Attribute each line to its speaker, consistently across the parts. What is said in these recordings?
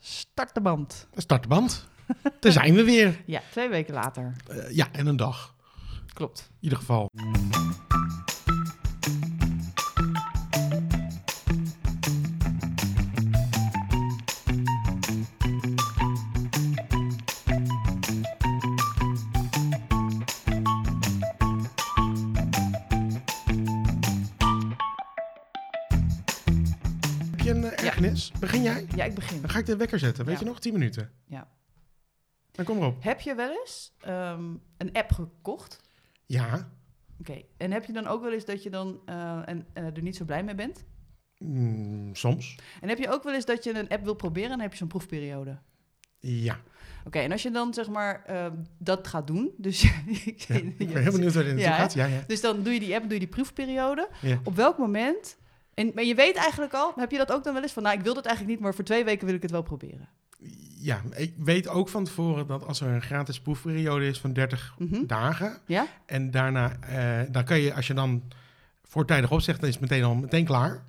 Speaker 1: Start de band.
Speaker 2: Start de band. Daar zijn we weer.
Speaker 1: Ja, twee weken later.
Speaker 2: Eh, ja, en een dag.
Speaker 1: Klopt.
Speaker 2: In ieder geval. Heb je een eh, ergernis? Begin jij?
Speaker 1: Ja, ik begin.
Speaker 2: Dan ga ik de wekker zetten. Weet
Speaker 1: Ja.
Speaker 2: je nog? 10 minuten.
Speaker 1: Ja.
Speaker 2: Dan kom erop.
Speaker 1: Heb je wel eens ehm, een app gekocht?
Speaker 2: Ja.
Speaker 1: Oké. En heb je dan ook wel eens dat je dan eh, en, eh, er niet zo blij mee bent?
Speaker 2: Mm, soms.
Speaker 1: En heb je ook wel eens dat je een app wil proberen en dan heb je zo'n proefperiode? Oké,
Speaker 2: Ja.
Speaker 1: en als je dan zeg maar ehm, dat gaat doen, dus, je-
Speaker 2: Ja, Ik ben heel benieuwd waar dit naartoe
Speaker 1: Ja, hè?
Speaker 2: gaat. Ja, ja.
Speaker 1: dus dan doe je die app, doe je die proefperiode.
Speaker 2: Ja.
Speaker 1: Op welk moment? En, maar je weet eigenlijk al, heb je dat ook dan wel eens van, nou ik wil dat eigenlijk niet, maar voor twee weken wil ik het wel proberen.
Speaker 2: ja, ik weet ook van tevoren dat als er een gratis proefperiode is van 30
Speaker 1: Mhm.
Speaker 2: dagen...
Speaker 1: Ja?
Speaker 2: en daarna, eh, dan kan je, als je dan voortijdig opzegt, dan is het meteen al meteen klaar.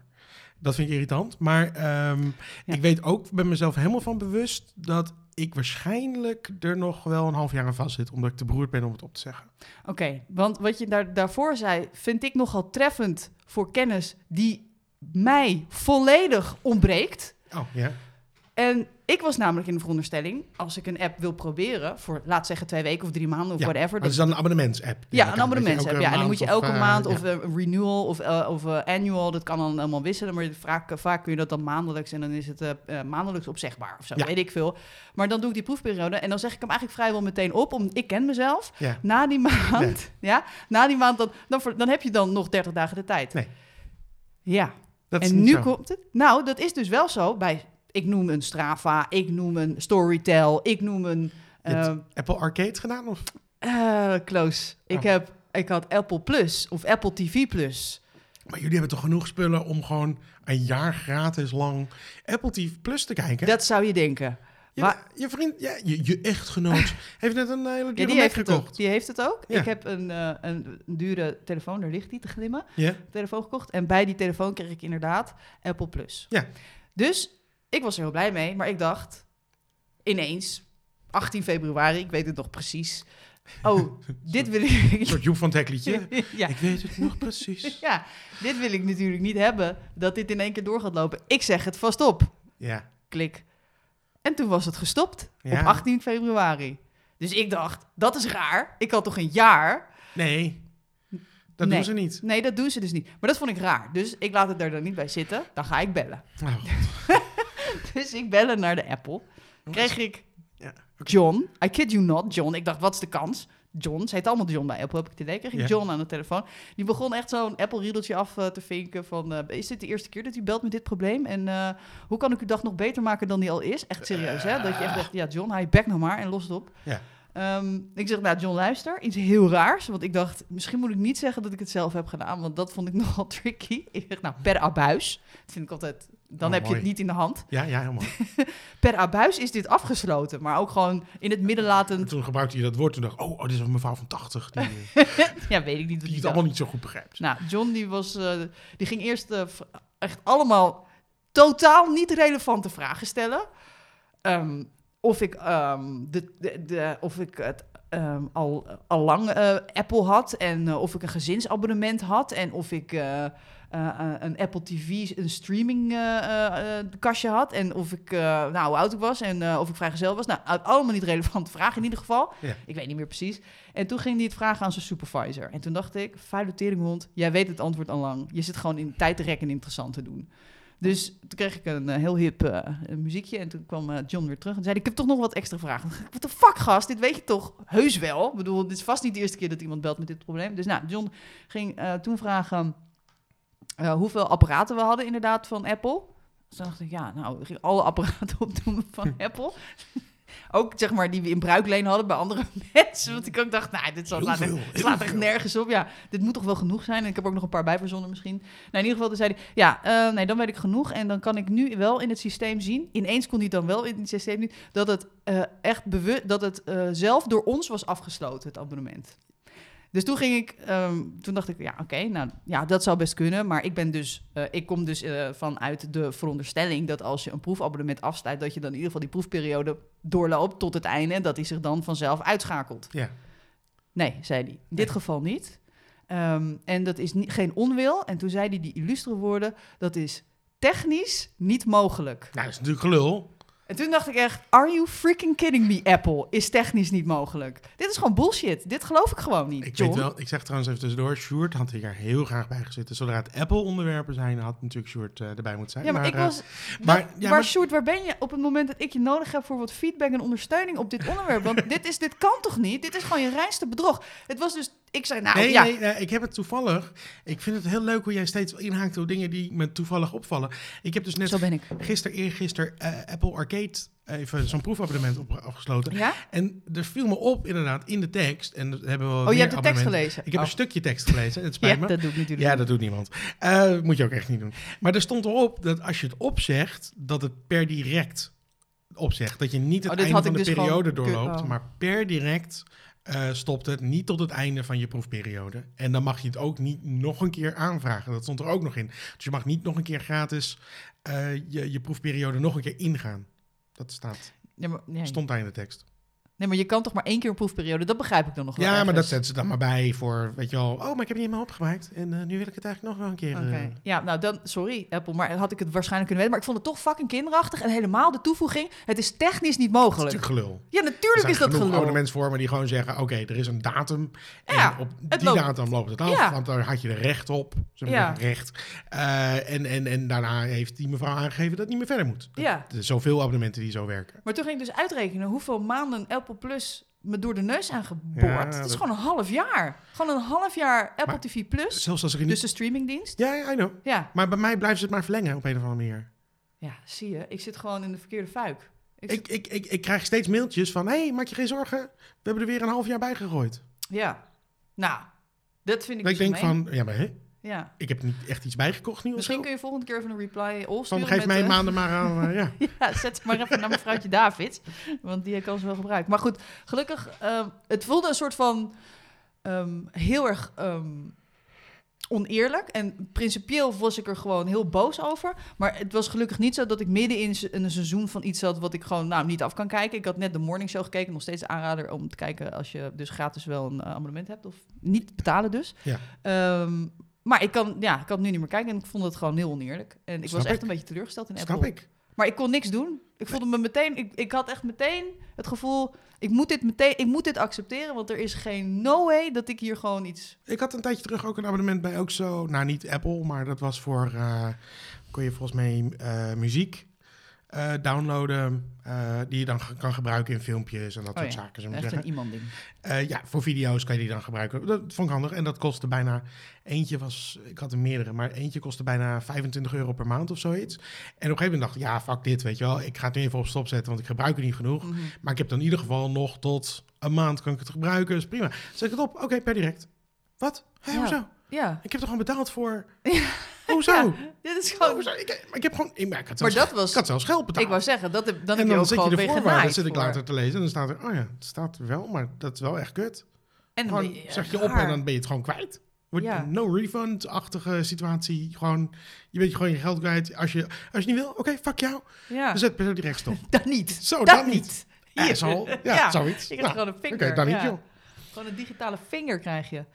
Speaker 2: Dat vind ik irritant. Maar ehm,
Speaker 1: Ja.
Speaker 2: ik weet ook, ben mezelf helemaal van bewust... dat ik waarschijnlijk er nog wel een half jaar aan vast zit... omdat ik te beroerd ben om het op te zeggen.
Speaker 1: Oké, want wat je daar, daarvoor zei, vind ik nogal treffend voor kennis die mij volledig ontbreekt.
Speaker 2: Oh, ja.
Speaker 1: En ik was namelijk in de veronderstelling, als ik een app wil proberen, voor laat zeggen twee weken of drie maanden of
Speaker 2: Ja,
Speaker 1: whatever.
Speaker 2: Dat
Speaker 1: dat-
Speaker 2: is Ah, dus dan een abonnements-app. denk
Speaker 1: dus- ja,
Speaker 2: ik
Speaker 1: een
Speaker 2: aan, dat je
Speaker 1: abonnement
Speaker 2: elke
Speaker 1: heb. Ja, en dan moet je elke
Speaker 2: eh,
Speaker 1: maand
Speaker 2: ja.
Speaker 1: of eh, renewal of, eh, of eh, annual, dat kan dan allemaal wisselen. Maar vaak, vaak kun je dat dan maandelijks en dan is het eh, eh, maandelijks opzegbaar of zo,
Speaker 2: Ja.
Speaker 1: weet ik veel. Maar dan doe ik die proefperiode en dan zeg ik hem eigenlijk vrijwel meteen op, omdat ik ken mezelf.
Speaker 2: Ja.
Speaker 1: Na die maand, ja, na die maand, dan, dan, ver- dan heb je dan nog 30 dagen de tijd.
Speaker 2: Nee.
Speaker 1: Ja,
Speaker 2: Dat is
Speaker 1: en
Speaker 2: niet
Speaker 1: nu
Speaker 2: zo.
Speaker 1: komt het. Nou, dat is dus wel zo bij, ik noem een Strava, ik noem een Storytel, ik noem een
Speaker 2: Je hebt-
Speaker 1: ehm,
Speaker 2: Apple Arcade gedaan? Of?
Speaker 1: eh, close. Ik,
Speaker 2: Oh.
Speaker 1: heb, ik had Apple Plus of Apple TV Plus.
Speaker 2: Maar jullie hebben toch genoeg spullen om gewoon een jaar gratis lang Apple TV Plus te kijken?
Speaker 1: Dat zou je denken.
Speaker 2: je,
Speaker 1: wa-
Speaker 2: je vriend, ja, je, je echtgenoot heeft net een eh, hele
Speaker 1: Ja,
Speaker 2: dure
Speaker 1: die,
Speaker 2: Mac
Speaker 1: heeft het ook,
Speaker 2: gekocht.
Speaker 1: die heeft het ook.
Speaker 2: Ja.
Speaker 1: Ik heb een, eh, een dure telefoon, daar ligt die te glimmen,
Speaker 2: Ja,
Speaker 1: telefoon gekocht. En bij die telefoon kreeg ik inderdaad Apple Plus.
Speaker 2: Ja.
Speaker 1: Dus ik was er heel blij mee, maar ik dacht ineens, 18 februari, ik weet het nog precies. Oh, dit wil
Speaker 2: een
Speaker 1: ik...
Speaker 2: soort Joep van het Hek liedje.
Speaker 1: ja.
Speaker 2: Ik weet het nog precies.
Speaker 1: ja, dit wil ik natuurlijk niet hebben, dat dit in één keer door gaat lopen. Ik zeg het vast op.
Speaker 2: Ja,
Speaker 1: Klik. En toen was het gestopt
Speaker 2: Ja.
Speaker 1: op 18 februari. Dus ik dacht, dat is raar. Ik had toch een jaar?
Speaker 2: nee, dat
Speaker 1: Nee.
Speaker 2: doen ze niet.
Speaker 1: Nee, dat doen ze dus niet. Maar dat vond ik raar. Dus ik laat het daar dan niet bij zitten. Dan ga ik bellen.
Speaker 2: Nou,
Speaker 1: Dus ik bellen naar de Apple. Kreeg ik
Speaker 2: Ja, oké.
Speaker 1: John. I kid you not, John. Ik dacht, wat is de kans? John, ze heet allemaal John bij Apple, heb ik het idee. Kreeg ik
Speaker 2: Ja.
Speaker 1: John aan de telefoon. Die begon echt zo'n Apple-riedeltje af eh, te vinken van... eh, is dit de eerste keer dat u belt met dit probleem? En eh, hoe kan ik uw dag nog beter maken dan die al is? Echt serieus, hè? Dat je echt dacht, ja, John, haal je bek nou maar en los het op.
Speaker 2: Ja.
Speaker 1: Ehm, ik zeg, nou, John, luister. Iets heel raars, want ik dacht... misschien moet ik niet zeggen dat ik het zelf heb gedaan... want dat vond ik nogal tricky. Ik zeg, nou, per abuis. Dat vind ik altijd... Dan
Speaker 2: Oh,
Speaker 1: heb je
Speaker 2: mooi.
Speaker 1: het niet in de hand.
Speaker 2: ja, ja, helemaal.
Speaker 1: Per abuis is dit afgesloten, maar ook gewoon in het midden
Speaker 2: En
Speaker 1: laten...
Speaker 2: toen gebruikte je dat woord en dacht oh, oh dit is een mevrouw van 80 die, eh,
Speaker 1: Ja, weet ik niet. wat
Speaker 2: die
Speaker 1: ik
Speaker 2: het
Speaker 1: dacht.
Speaker 2: allemaal niet zo goed begrijpt.
Speaker 1: Nou, John die was, eh, die ging eerst eh, v- echt allemaal totaal niet relevante vragen stellen. Ehm, of ik, ehm, de, de, de- of ik het ehm, al, al lang eh, Apple had en eh, of ik een gezinsabonnement had en of ik eh, eh, eh, een Apple TV, een streaming eh, eh, eh, kastje had en of ik, eh, nou, hoe oud ik was en eh, of ik vrijgezel was. Nou, allemaal niet relevante vragen in ieder geval.
Speaker 2: Ja.
Speaker 1: Ik weet niet meer precies. En toen ging hij het vragen aan zijn supervisor. En toen dacht ik, vuile teringhond, jij weet het antwoord al lang. Je zit gewoon in tijd te rekken en interessant te doen. Dus toen kreeg ik een eh, heel hip eh, een muziekje en toen kwam eh, John weer terug en zei ik heb toch nog wat extra vragen. Wat de fuck gast, dit weet je toch heus wel. Ik bedoel, dit is vast niet de eerste keer dat iemand belt met dit probleem. Dus nou, John ging eh, toen vragen eh, hoeveel apparaten we hadden inderdaad van Apple. Dus toen dacht ik, ja, nou, ik ging alle apparaten opdoen van Apple. Ook zeg maar die we in bruikleen hadden bij andere mensen. Want ik ook dacht, nou, dit zal
Speaker 2: Heel
Speaker 1: laten
Speaker 2: veel, heel
Speaker 1: het slaat echt
Speaker 2: veel.
Speaker 1: nergens op. Ja, dit moet toch wel genoeg zijn. En ik heb ook nog een paar bijverzonnen misschien. Nou, in ieder geval, toen zei hij, ja, eh, nee, dan weet ik genoeg. En dan kan ik nu wel in het systeem zien. Ineens kon hij dan wel in het systeem zien dat het eh, echt bewust, dat het eh, zelf door ons was afgesloten, het abonnement. Dus toen ging ik, ehm, toen dacht ik, ja, oké, nou ja, dat zou best kunnen. Maar ik ben dus, eh, ik kom dus eh, vanuit de veronderstelling dat als je een proefabonnement afsluit, dat je dan in ieder geval die proefperiode doorloopt tot het einde en dat die zich dan vanzelf uitschakelt.
Speaker 2: Ja.
Speaker 1: Nee, zei hij. In dit geval niet. Ehm, en dat is ni- geen onwil. En toen zei hij die illustere woorden, dat is technisch niet mogelijk.
Speaker 2: Nou, dat is natuurlijk gelul.
Speaker 1: En toen dacht ik echt, are you freaking kidding me, Apple? Is technisch niet mogelijk. Dit is gewoon bullshit. Dit geloof ik gewoon niet,
Speaker 2: Ik,
Speaker 1: John.
Speaker 2: weet wel, ik zeg trouwens even tussendoor, Sjoerd had hier heel graag bij gezeten. Zodra het Apple-onderwerpen zijn, had natuurlijk Sjoerd eh, erbij moeten zijn.
Speaker 1: Ja, maar, ik
Speaker 2: eh,
Speaker 1: was...
Speaker 2: maar-
Speaker 1: Maar,
Speaker 2: ja,
Speaker 1: waar,
Speaker 2: maar-
Speaker 1: Sjoerd, waar ben je op het moment dat ik je nodig heb voor wat feedback en ondersteuning op dit onderwerp? Want dit, is, dit kan toch niet? Dit is gewoon je reinste bedrog. Het was dus... Ik zei, nou
Speaker 2: nee,
Speaker 1: ja,
Speaker 2: nee, nee, ik heb het toevallig. Ik vind het heel leuk hoe jij steeds inhaakt op dingen die me toevallig opvallen. Ik heb dus net
Speaker 1: zo ben ik.
Speaker 2: gisteren, eergisteren eh, Apple Arcade eh, even zo'n proefabonnement op, afgesloten.
Speaker 1: Ja? Oh,
Speaker 2: En er viel me op inderdaad in de tekst. En dat hebben we wel
Speaker 1: Oh, je
Speaker 2: meer
Speaker 1: hebt de tekst
Speaker 2: abonnementen.
Speaker 1: gelezen.
Speaker 2: Ik heb
Speaker 1: Oh.
Speaker 2: een stukje tekst gelezen. Het spijt
Speaker 1: Ja,
Speaker 2: me.
Speaker 1: dat doe ik natuurlijk.
Speaker 2: Ja, dat doet niemand. Eh, moet je ook echt niet doen. Maar er stond erop dat als je het opzegt, dat het per direct opzegt. Dat je niet het
Speaker 1: Oh, dit
Speaker 2: einde
Speaker 1: had
Speaker 2: van de
Speaker 1: ik dus
Speaker 2: periode
Speaker 1: gewoon kun-
Speaker 2: doorloopt,
Speaker 1: oh.
Speaker 2: maar per direct eh, stopt het niet tot het einde van je proefperiode. En dan mag je het ook niet nog een keer aanvragen. Dat stond er ook nog in. Dus je mag niet nog een keer gratis eh, je, je proefperiode nog een keer ingaan. Dat staat,
Speaker 1: Ja, maar, nee.
Speaker 2: stond daar in de tekst.
Speaker 1: nee, maar je kan toch maar één keer een proefperiode? Dat begrijp ik dan nog wel
Speaker 2: Ja, maar dat
Speaker 1: ergens.
Speaker 2: zetten ze dan maar bij voor, weet je wel... Oh, maar ik heb het niet meer opgemaakt en eh, nu wil ik het eigenlijk nog wel een keer...
Speaker 1: Oké.
Speaker 2: eh,
Speaker 1: Ja, nou dan, sorry Apple, maar had ik het waarschijnlijk kunnen weten. Maar ik vond het toch fucking kinderachtig en helemaal de toevoeging. Het is technisch niet
Speaker 2: dat is
Speaker 1: mogelijk.
Speaker 2: natuurlijk gelul.
Speaker 1: Ja, natuurlijk is
Speaker 2: zijn
Speaker 1: dat gelul.
Speaker 2: abonnementsvormen die gewoon zeggen: oké, er is een datum.
Speaker 1: Ja,
Speaker 2: en op
Speaker 1: het
Speaker 2: die
Speaker 1: loopt.
Speaker 2: datum loopt het af.
Speaker 1: Ja.
Speaker 2: Want daar had je er recht op. Ze hebben
Speaker 1: Ja.
Speaker 2: er recht. Eh, en, en, en daarna heeft die mevrouw aangegeven dat het niet meer verder moet. Dat-
Speaker 1: Ja.
Speaker 2: Er zijn zoveel abonnementen die zo werken.
Speaker 1: Maar toen ging ik dus uitrekenen hoeveel maanden Apple Plus me door de neus aangeboord.
Speaker 2: Ja,
Speaker 1: dat is
Speaker 2: dat-
Speaker 1: gewoon een half jaar. Gewoon een half jaar Apple
Speaker 2: Maar-
Speaker 1: TV Plus,
Speaker 2: Zelfs als er
Speaker 1: dus
Speaker 2: niet.
Speaker 1: de streamingdienst.
Speaker 2: Ja, ja, I know.
Speaker 1: Ja.
Speaker 2: Maar bij mij blijven ze het maar verlengen op een of andere manier.
Speaker 1: ja, zie je. Ik zit gewoon in de verkeerde fuik. Ik zit-
Speaker 2: Ik, ik, ik, ik krijg steeds mailtjes van: hé, hey, maak je geen zorgen. We hebben er weer een half jaar bij gegooid.
Speaker 1: Ja. Nou, dat vind ik
Speaker 2: Dat ik
Speaker 1: dus
Speaker 2: denk
Speaker 1: gemeen.
Speaker 2: van: ja, maar hè?
Speaker 1: Ja.
Speaker 2: ik heb niet echt iets bijgekocht nu. of
Speaker 1: Misschien
Speaker 2: zo.
Speaker 1: kun je volgende keer even een reply of
Speaker 2: Van
Speaker 1: sturen
Speaker 2: geef
Speaker 1: met,
Speaker 2: mij
Speaker 1: eh,
Speaker 2: maanden maar aan. eh, ja.
Speaker 1: Ja, zet ze maar even naar mevrouwtje David. Want die kan ze wel gebruiken. Maar goed, gelukkig, ehm, het voelde een soort van ehm, heel erg ehm, oneerlijk. En principieel was ik er gewoon heel boos over. Maar het was gelukkig niet zo dat ik midden in se- een seizoen van iets zat wat ik gewoon nou, niet af kan kijken. Ik had net de morning show gekeken, nog steeds aanrader om te kijken als je dus gratis wel een eh, abonnement hebt of niet betalen dus.
Speaker 2: Ja.
Speaker 1: Ehm, maar ik kan, ja, ik kan het nu niet meer kijken en ik vond het gewoon heel oneerlijk. En ik
Speaker 2: Snap
Speaker 1: was echt
Speaker 2: ik.
Speaker 1: een beetje teleurgesteld in Apple.
Speaker 2: Snap ik.
Speaker 1: Maar ik kon niks doen. Ik voelde me meteen, ik, ik had echt meteen het gevoel, ik moet dit meteen, ik moet dit accepteren, want er is geen no way dat ik hier gewoon iets.
Speaker 2: Ik had een tijdje terug ook een abonnement bij ook zo. Nou, niet Apple, maar dat was voor. eh, kon je volgens mij eh, muziek eh, downloaden. eh, die je dan ge- kan gebruiken in filmpjes en dat
Speaker 1: Oh
Speaker 2: soort
Speaker 1: ja,
Speaker 2: zaken. zullen we
Speaker 1: Echt een
Speaker 2: zeggen.
Speaker 1: iemand ding.
Speaker 2: Eh, ja, voor video's kan je die dan gebruiken. Dat vond ik handig. En dat kostte bijna. Eentje was. Ik had er meerdere, maar eentje kostte bijna 25 euro per maand of zoiets. En op een gegeven moment dacht ik, ja, fuck dit, weet je wel. Ik ga het nu even op stop zetten, want ik gebruik het niet genoeg. Maar ik heb dan in ieder geval nog tot een maand kan ik het gebruiken. Dus prima. Zet ik het op. Oké, per direct. Wat? Hé,
Speaker 1: Ja.
Speaker 2: hoezo?
Speaker 1: Ja.
Speaker 2: Ik heb er gewoon betaald voor. Hoezo? Oh,
Speaker 1: Dit is gewoon.
Speaker 2: Hoezo? Ik, ik heb gewoon. Ik, maar ik had
Speaker 1: maar
Speaker 2: zelfs,
Speaker 1: dat was.
Speaker 2: ik had zelfs geld betaald.
Speaker 1: Ik wou zeggen, dat heb, dan heb
Speaker 2: en
Speaker 1: je
Speaker 2: dan
Speaker 1: ook
Speaker 2: zit je
Speaker 1: gewoon weer
Speaker 2: de voorwaarden. Dan
Speaker 1: genaaid.
Speaker 2: zit ik
Speaker 1: voor.
Speaker 2: later te lezen. En dan staat er. Oh ja, het staat er wel, maar dat is wel echt kut.
Speaker 1: En dan
Speaker 2: Gewoon
Speaker 1: ben
Speaker 2: zeg
Speaker 1: echt
Speaker 2: je op
Speaker 1: raar.
Speaker 2: en dan ben je het gewoon kwijt. Wordt
Speaker 1: Ja.
Speaker 2: een no refund-achtige situatie. Gewoon, je bent gewoon je geld kwijt. Als je, als je niet wil, oké, fuck jou.
Speaker 1: Ja.
Speaker 2: Dan zet per direct stop.
Speaker 1: Dat niet.
Speaker 2: Dus- Zo,
Speaker 1: dat,
Speaker 2: dan
Speaker 1: niet.
Speaker 2: niet. Ja,
Speaker 1: Hier.
Speaker 2: zo, ja,
Speaker 1: Ja,
Speaker 2: zoiets.
Speaker 1: Je krijgt
Speaker 2: Nou,
Speaker 1: gewoon een
Speaker 2: Oké,
Speaker 1: vinger.
Speaker 2: dan niet
Speaker 1: ja.
Speaker 2: joh.
Speaker 1: Gewoon een digitale vinger krijg je.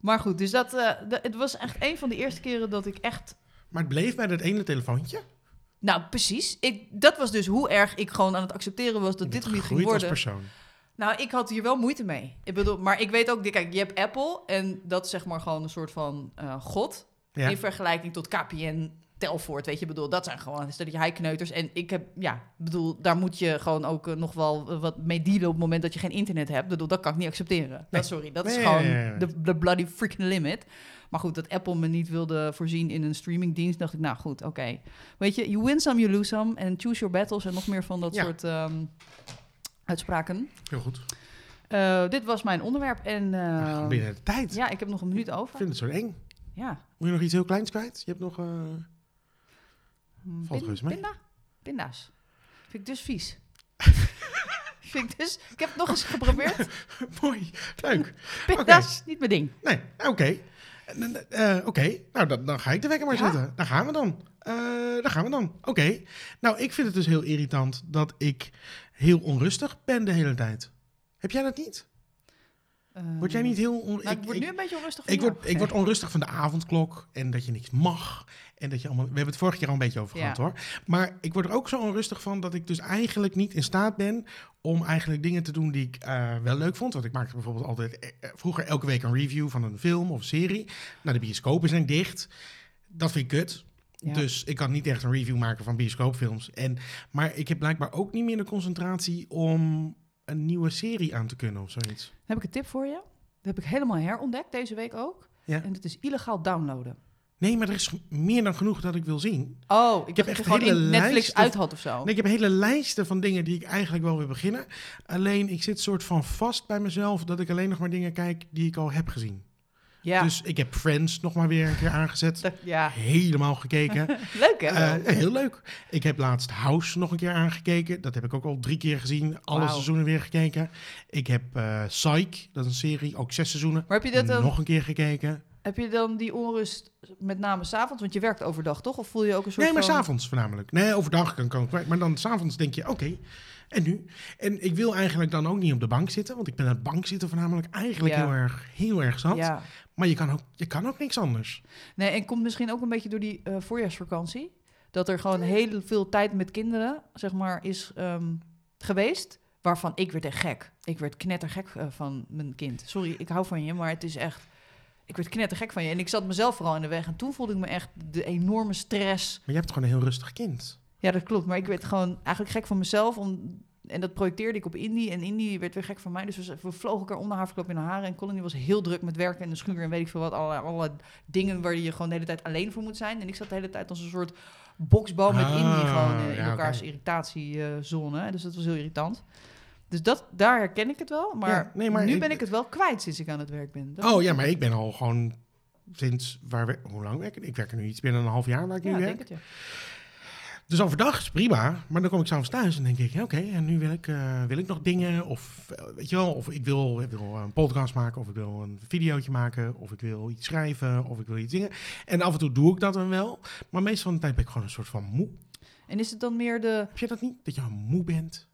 Speaker 1: Maar goed, dus dat, eh, dat, het was echt een van de eerste keren dat ik echt
Speaker 2: Maar het bleef bij dat ene telefoontje.
Speaker 1: Nou, precies. Ik, dat was dus hoe erg ik gewoon aan het accepteren was dat dit hem niet ging
Speaker 2: groeit als
Speaker 1: worden.
Speaker 2: persoon.
Speaker 1: Nou, ik had hier wel moeite mee. Ik bedoel, maar ik weet ook, kijk, je hebt Apple en dat is zeg maar gewoon een soort van eh, god
Speaker 2: Ja.
Speaker 1: in vergelijking tot KPN, Telfort, weet je, ik bedoel, dat zijn gewoon een stelletje high-kneuters. En ik heb, ja, ik bedoel, daar moet je gewoon ook eh, nog wel eh, wat mee dealen op het moment dat je geen internet hebt. Ik bedoel, dat kan ik niet accepteren. Dat, sorry, dat
Speaker 2: Nee,
Speaker 1: is gewoon
Speaker 2: nee, nee, nee.
Speaker 1: De, de bloody freaking limit. Maar goed, dat Apple me niet wilde voorzien in een streamingdienst, dacht ik, nou goed, oké. Weet je, you win some, you lose some. En choose your battles en nog meer van dat
Speaker 2: Ja.
Speaker 1: soort ehm, uitspraken.
Speaker 2: Heel goed.
Speaker 1: Eh, dit was mijn onderwerp en
Speaker 2: Maar
Speaker 1: eh,
Speaker 2: gewoon binnen de tijd.
Speaker 1: ja, ik heb nog een minuut
Speaker 2: Ik
Speaker 1: over.
Speaker 2: vind het zo eng.
Speaker 1: Ja.
Speaker 2: Moet je nog iets heel kleins kwijt? Je hebt nog... eh,
Speaker 1: Hm,
Speaker 2: Valt
Speaker 1: pin-
Speaker 2: reuze mee.
Speaker 1: Pinda? Pinda's. Vind ik dus vies. Vind ik dus, ik heb het nog eens geprobeerd.
Speaker 2: Mooi, leuk.
Speaker 1: Pinda's, niet mijn ding.
Speaker 2: Nee, oké. Eh, eh, oké, nou dan, dan ga ik de wekker maar
Speaker 1: Ja.
Speaker 2: zetten. Daar gaan we dan. Eh, daar gaan we dan. Oké. Nou, ik vind het dus heel irritant dat ik heel onrustig ben de hele tijd. Heb jij dat niet? Word jij niet heel onrustig?
Speaker 1: Nou, ik, word nu een beetje onrustig van
Speaker 2: Ik
Speaker 1: jou.
Speaker 2: word, ik word onrustig van de avondklok en dat je niks mag. En dat je allemaal, we hebben het vorig jaar al een beetje over
Speaker 1: Ja.
Speaker 2: gehad hoor. Maar ik word er ook zo onrustig van dat ik dus eigenlijk niet in staat ben om eigenlijk dingen te doen die ik eh, wel leuk vond. Want ik maakte bijvoorbeeld altijd eh, eh, vroeger elke week een review van een film of serie. Nou, de bioscopen zijn dicht. Dat vind ik kut.
Speaker 1: Ja.
Speaker 2: Dus ik kan niet echt een review maken van bioscoopfilms. En, maar ik heb blijkbaar ook niet meer de concentratie om een nieuwe serie aan te kunnen of zoiets.
Speaker 1: Dan heb ik een tip voor je. Dat heb ik helemaal herontdekt deze week ook.
Speaker 2: Ja.
Speaker 1: En dat is illegaal downloaden.
Speaker 2: Nee, maar er is meer dan genoeg dat ik wil zien.
Speaker 1: Oh, ik,
Speaker 2: heb
Speaker 1: heb
Speaker 2: echt
Speaker 1: echt gewoon
Speaker 2: hele
Speaker 1: in Netflix
Speaker 2: lijsten-
Speaker 1: uit had of zo.
Speaker 2: Nee, ik heb hele lijsten van dingen die ik eigenlijk wel wil beginnen. Alleen ik zit soort van vast bij mezelf dat ik alleen nog maar dingen kijk die ik al heb gezien.
Speaker 1: ja,
Speaker 2: Dus ik heb Friends nog maar weer een keer aangezet.
Speaker 1: dat- ja,
Speaker 2: Helemaal gekeken.
Speaker 1: leuk hè? wel?
Speaker 2: Eh, heel leuk. Ik heb laatst House nog een keer aangekeken. Dat heb ik ook al drie keer gezien. Alle
Speaker 1: Wauw.
Speaker 2: seizoenen weer gekeken. Ik heb eh Psych, dat is een serie, ook zes seizoenen.
Speaker 1: maar heb je, dat dan,
Speaker 2: Nog een keer gekeken.
Speaker 1: heb je dan die onrust met name s'avonds? Want je werkt overdag toch? Of voel je ook een soort
Speaker 2: Nee, maar
Speaker 1: van...
Speaker 2: s'avonds voornamelijk. Nee, overdag kan kan ik kwijt. Maar dan s'avonds denk je, oké, en nu? En ik wil eigenlijk dan ook niet op de bank zitten. Want ik ben aan het bank zitten voornamelijk eigenlijk
Speaker 1: Ja.
Speaker 2: heel, erg, heel erg zat.
Speaker 1: Ja.
Speaker 2: Maar je kan, ook, je kan ook niks anders.
Speaker 1: Nee, en komt misschien ook een beetje door die eh, voorjaarsvakantie. Dat er gewoon heel veel tijd met kinderen, zeg maar, is ehm, geweest. Waarvan ik werd echt gek. Ik werd knettergek eh, van mijn kind. Sorry, ik hou van je, maar het is echt... Ik werd knettergek van je. En ik zat mezelf vooral in de weg. En toen voelde ik me echt de enorme stress.
Speaker 2: Maar je hebt gewoon een heel rustig kind.
Speaker 1: Ja, dat klopt. Maar ik werd gewoon eigenlijk gek van mezelf. Om, en dat projecteerde ik op Indy. En Indy werd weer gek van mij. Dus we, we vlogen elkaar om de haverklap in de haren. En Colony was heel druk met werken en de schuur en weet ik veel wat. Alle, alle dingen waar je gewoon de hele tijd alleen voor moet zijn. En ik zat de hele tijd als een soort boksbal met
Speaker 2: Ah,
Speaker 1: Indy gewoon eh, in
Speaker 2: ja,
Speaker 1: elkaars
Speaker 2: oké.
Speaker 1: irritatiezone. Dus dat was heel irritant. Dus dat, daar herken ik het wel. Maar,
Speaker 2: Ja, nee, maar
Speaker 1: nu
Speaker 2: ik-
Speaker 1: ben ik het wel kwijt sinds ik aan het werk ben. Dat-
Speaker 2: Oh ja, maar ik ben al gewoon sinds... Waar we, hoe lang werk ik? Ik werk er nu iets binnen een half jaar waar ik
Speaker 1: Ja,
Speaker 2: nu
Speaker 1: ik
Speaker 2: werk.
Speaker 1: denk het ja.
Speaker 2: Dus overdag is prima, maar dan kom ik s'avonds thuis en denk ik, ja, oké, en nu wil ik, eh, wil ik nog dingen, of eh, weet je wel, of ik wil, ik wil een podcast maken, of ik wil een videootje maken, of ik wil iets schrijven, of ik wil iets dingen. En af en toe doe ik dat dan wel, maar meestal van de tijd ben ik gewoon een soort van moe.
Speaker 1: En is het dan meer de...
Speaker 2: Heb je dat niet? Dat je gewoon moe bent,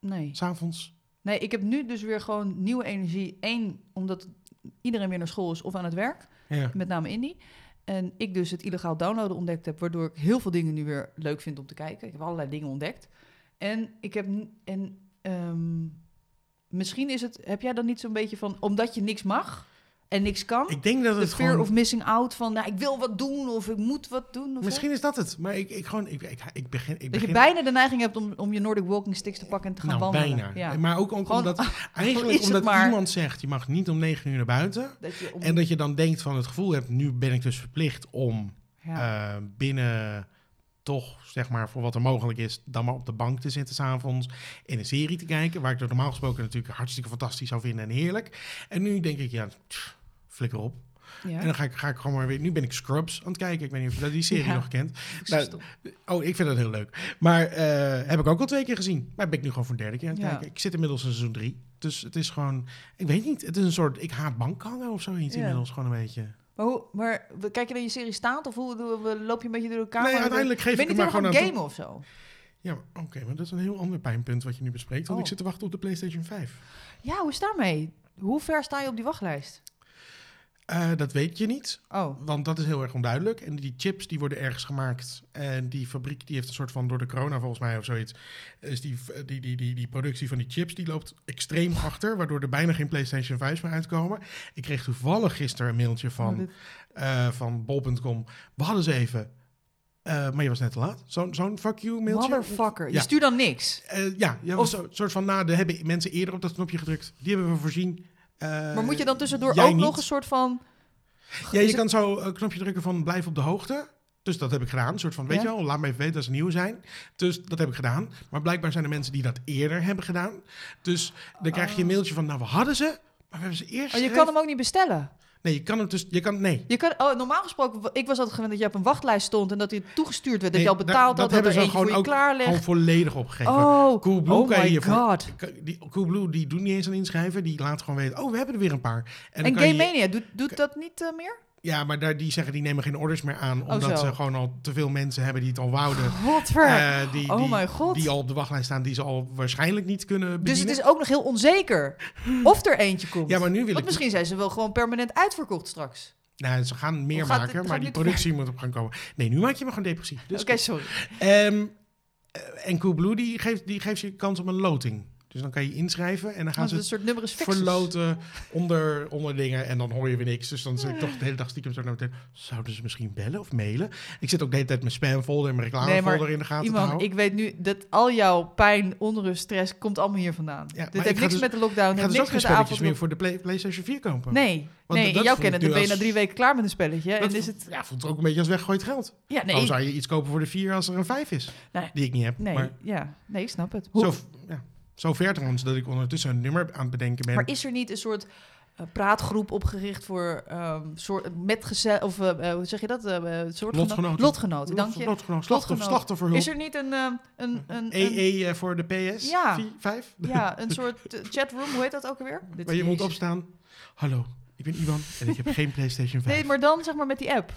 Speaker 1: Nee.
Speaker 2: s'avonds?
Speaker 1: Nee, ik heb nu dus weer gewoon nieuwe energie. Eén, omdat iederavond weer naar school is of aan het werk,
Speaker 2: Ja.
Speaker 1: met name Indy. En ik dus het illegaal downloaden ontdekt heb, waardoor ik heel veel dingen nu weer leuk vind om te kijken. Ik heb allerlei dingen ontdekt. En ik heb. n- En ehm, misschien is het. Heb jij dan niet zo'n beetje van. Omdat je niks mag en niks kan?
Speaker 2: Ik denk dat
Speaker 1: de
Speaker 2: het
Speaker 1: fear
Speaker 2: gewoon...
Speaker 1: of missing out van. Nou, ik wil wat doen of ik moet wat doen. Of zo.
Speaker 2: Misschien is dat het, maar ik, ik gewoon, ik, ik, ik begin... Ik
Speaker 1: Dat je
Speaker 2: begin
Speaker 1: bijna de neiging hebt om, om je Nordic Walking Sticks te pakken en te gaan
Speaker 2: nou,
Speaker 1: wandelen.
Speaker 2: bijna.
Speaker 1: Ja.
Speaker 2: Maar ook, ook
Speaker 1: Gewoon-
Speaker 2: omdat,
Speaker 1: is
Speaker 2: eigenlijk
Speaker 1: het
Speaker 2: omdat
Speaker 1: maar.
Speaker 2: iemand zegt, je mag niet om negen uur naar buiten.
Speaker 1: Dat je om-
Speaker 2: En dat je dan denkt van het gevoel hebt, nu ben ik dus verplicht om
Speaker 1: ja.
Speaker 2: eh, binnen toch, zeg maar, voor wat er mogelijk is, dan maar op de bank te zitten s'avonds en een serie te kijken, waar ik dat normaal gesproken natuurlijk hartstikke fantastisch zou vinden en heerlijk. En nu denk ik, ja, tch, flikker op.
Speaker 1: ja.
Speaker 2: En dan ga ik, ga ik gewoon maar weer, nu ben ik Scrubs aan het kijken. Ik weet niet of je dat- die serie
Speaker 1: Ja.
Speaker 2: nog kent.
Speaker 1: Dat is
Speaker 2: nou,
Speaker 1: stom.
Speaker 2: Oh, ik vind dat heel leuk. Maar eh, heb ik ook al twee keer gezien. Maar ben ik nu gewoon voor een derde keer aan het
Speaker 1: Ja.
Speaker 2: kijken. Ik zit inmiddels in seizoen drie. Dus het is gewoon, ik weet niet, het is een soort, ik haat bankhangen of zoiets
Speaker 1: Ja.
Speaker 2: inmiddels gewoon een beetje.
Speaker 1: Maar, hoe, maar we- kijk je naar je serie staand of hoe doe- we- loop je een beetje door elkaar?
Speaker 2: Nee, uiteindelijk geef
Speaker 1: ben
Speaker 2: ik
Speaker 1: je
Speaker 2: hem
Speaker 1: niet
Speaker 2: maar
Speaker 1: helemaal
Speaker 2: gewoon
Speaker 1: gaan
Speaker 2: aan
Speaker 1: gamen of zo?
Speaker 2: toe. Ja, maar- oké, maar dat is een heel ander pijnpunt wat je nu bespreekt. Want
Speaker 1: Oh.
Speaker 2: ik zit te wachten op de PlayStation 5.
Speaker 1: Ja, hoe is het daarmee? Hoe ver sta je op die wachtlijst?
Speaker 2: Eh, dat weet je niet,
Speaker 1: Oh,
Speaker 2: want dat is heel erg onduidelijk. En die chips die worden ergens gemaakt. En die fabriek die heeft een soort van door de corona volgens mij of zoiets. Dus die, die, die, die, die productie van die chips die loopt extreem
Speaker 1: Oh.
Speaker 2: achter. Waardoor er bijna geen PlayStation 5's meer uitkomen. Ik kreeg toevallig gisteren een mailtje van
Speaker 1: Oh, dit-
Speaker 2: eh, van bol.com. We hadden ze even. Eh, maar je was net te laat. Zo'n zo'n fuck you mailtje.
Speaker 1: motherfucker.
Speaker 2: Ja.
Speaker 1: Je stuurt dan niks.
Speaker 2: Eh, ja, ja
Speaker 1: Of-
Speaker 2: zo, soort van, nou, daar hebben mensen eerder op dat knopje gedrukt. Die hebben we voorzien. Eh,
Speaker 1: Maar moet je dan tussendoor
Speaker 2: jij
Speaker 1: ook
Speaker 2: niet.
Speaker 1: nog een soort van...
Speaker 2: Ja,
Speaker 1: is
Speaker 2: je
Speaker 1: het-
Speaker 2: kan zo een knopje drukken van blijf op de hoogte. Dus dat heb ik gedaan. Een soort van,
Speaker 1: Ja.
Speaker 2: weet je wel, laat me even weten dat ze nieuw zijn. Dus dat heb ik gedaan. Maar blijkbaar zijn er mensen die dat eerder hebben gedaan. Dus dan krijg je een mailtje van, nou, we hadden ze. Maar we hebben ze eerst...
Speaker 1: Ah. Oh, je
Speaker 2: even-
Speaker 1: kan hem ook niet bestellen.
Speaker 2: Nee, je kan hem dus... Je kan, nee.
Speaker 1: Je kan, oh, normaal gesproken, wa- ik was altijd gewend dat je op een wachtlijst stond en dat hij toegestuurd werd, dat
Speaker 2: Nee,
Speaker 1: je al
Speaker 2: dat-
Speaker 1: betaald
Speaker 2: dat
Speaker 1: had, dat
Speaker 2: hebben
Speaker 1: er
Speaker 2: ze
Speaker 1: eentje voor
Speaker 2: gewoon
Speaker 1: je
Speaker 2: ook
Speaker 1: klaar
Speaker 2: Gewoon
Speaker 1: ligt.
Speaker 2: volledig opgegeven.
Speaker 1: Oh,
Speaker 2: Coolblue
Speaker 1: oh
Speaker 2: kan je
Speaker 1: my
Speaker 2: je voor-
Speaker 1: god.
Speaker 2: Die Coolblue die doen niet eens aan inschrijven. Die laten gewoon weten, oh, we hebben er weer een paar. dan
Speaker 1: En
Speaker 2: kan je-
Speaker 1: Game Mania, doet, doet dat niet eh, meer?
Speaker 2: Ja, maar daar, die zeggen die nemen geen orders meer aan. Omdat
Speaker 1: Oh, zo.
Speaker 2: ze gewoon al te veel mensen hebben die het al wouden.
Speaker 1: Godver.
Speaker 2: Eh, die,
Speaker 1: oh
Speaker 2: die,
Speaker 1: mijn god.
Speaker 2: die al op de wachtlijst staan, die ze al waarschijnlijk niet kunnen
Speaker 1: dus
Speaker 2: bedienen.
Speaker 1: het is ook nog heel onzeker of er eentje komt.
Speaker 2: Ja, maar nu wil
Speaker 1: Want
Speaker 2: ik...
Speaker 1: misschien zijn ze wel gewoon permanent uitverkocht straks.
Speaker 2: Nou, ze gaan meer
Speaker 1: Hoe gaat dit-
Speaker 2: maken,
Speaker 1: gaat
Speaker 2: maar die
Speaker 1: dit ver?
Speaker 2: productie moet op gaan komen. Nee, nu maak je me gewoon depressief. Dus
Speaker 1: Oké, sorry.
Speaker 2: Ehm, eh, en Coolblue, die geeft, die geeft je kans op een loting. Dus dan kan je inschrijven en dan
Speaker 1: Want
Speaker 2: gaan ze
Speaker 1: een
Speaker 2: het
Speaker 1: soort nummer is fixes.
Speaker 2: verloten onder, onder dingen. En dan hoor je weer niks. Dus dan zit ik toch de hele dag stiekem zo naar mijn tele- Zouden ze misschien bellen of mailen? Ik zit ook de hele tijd mijn spamfolder en mijn
Speaker 1: Nee, maar
Speaker 2: reclamefolder in de gaten te
Speaker 1: Iemand,
Speaker 2: houden.
Speaker 1: ik weet nu dat al jouw pijn, onrust, stress komt allemaal hier vandaan.
Speaker 2: maar
Speaker 1: Dit
Speaker 2: ik
Speaker 1: heeft
Speaker 2: ga
Speaker 1: niks
Speaker 2: dus-
Speaker 1: met de lockdown,
Speaker 2: Ik ga
Speaker 1: heeft
Speaker 2: dus ook
Speaker 1: niks
Speaker 2: geen
Speaker 1: met de
Speaker 2: spelletjes
Speaker 1: avond.
Speaker 2: meer voor de Play- PlayStation 4 kopen.
Speaker 1: Nee,
Speaker 2: Want
Speaker 1: nee in
Speaker 2: dat
Speaker 1: jouw
Speaker 2: voelt
Speaker 1: kennis
Speaker 2: nu
Speaker 1: dan ben je
Speaker 2: als-
Speaker 1: na drie weken klaar met een spelletje. hè,
Speaker 2: Dat Oh,
Speaker 1: en is
Speaker 2: voelt-
Speaker 1: het...
Speaker 2: Ja, voelt ook een beetje als weggegooid geld.
Speaker 1: Ja, nee,
Speaker 2: Dan
Speaker 1: ik-
Speaker 2: zou je iets kopen voor de 4 als er een 5 is.
Speaker 1: Nou ja,
Speaker 2: Die ik niet heb.
Speaker 1: nee,
Speaker 2: Maar
Speaker 1: ja, nee, ik snap het. Hoe-
Speaker 2: zo, ja, zo ver trouwens dat ik ondertussen een nummer aan het bedenken ben.
Speaker 1: Maar is er niet een soort eh, praatgroep opgericht voor ehm soort metgezel of eh, eh, hoe zeg je dat? eh eh, soortgenoten?
Speaker 2: Lotgenoten.
Speaker 1: Lotgenoten, dank je.
Speaker 2: Lotgenoot, slachtoffer,
Speaker 1: Lotgenoot.
Speaker 2: slachtofferhulp.
Speaker 1: Is er niet een, ehm, een, een, een-
Speaker 2: EE eh, voor de PS?
Speaker 1: Ja.
Speaker 2: 5?
Speaker 1: ja, een soort eh, chatroom, hoe heet dat ook alweer? Dit
Speaker 2: Waar je
Speaker 1: is-
Speaker 2: moet opstaan. Hallo, ik ben Ivan en ik heb geen PlayStation 5.
Speaker 1: Nee, maar dan zeg maar met die app.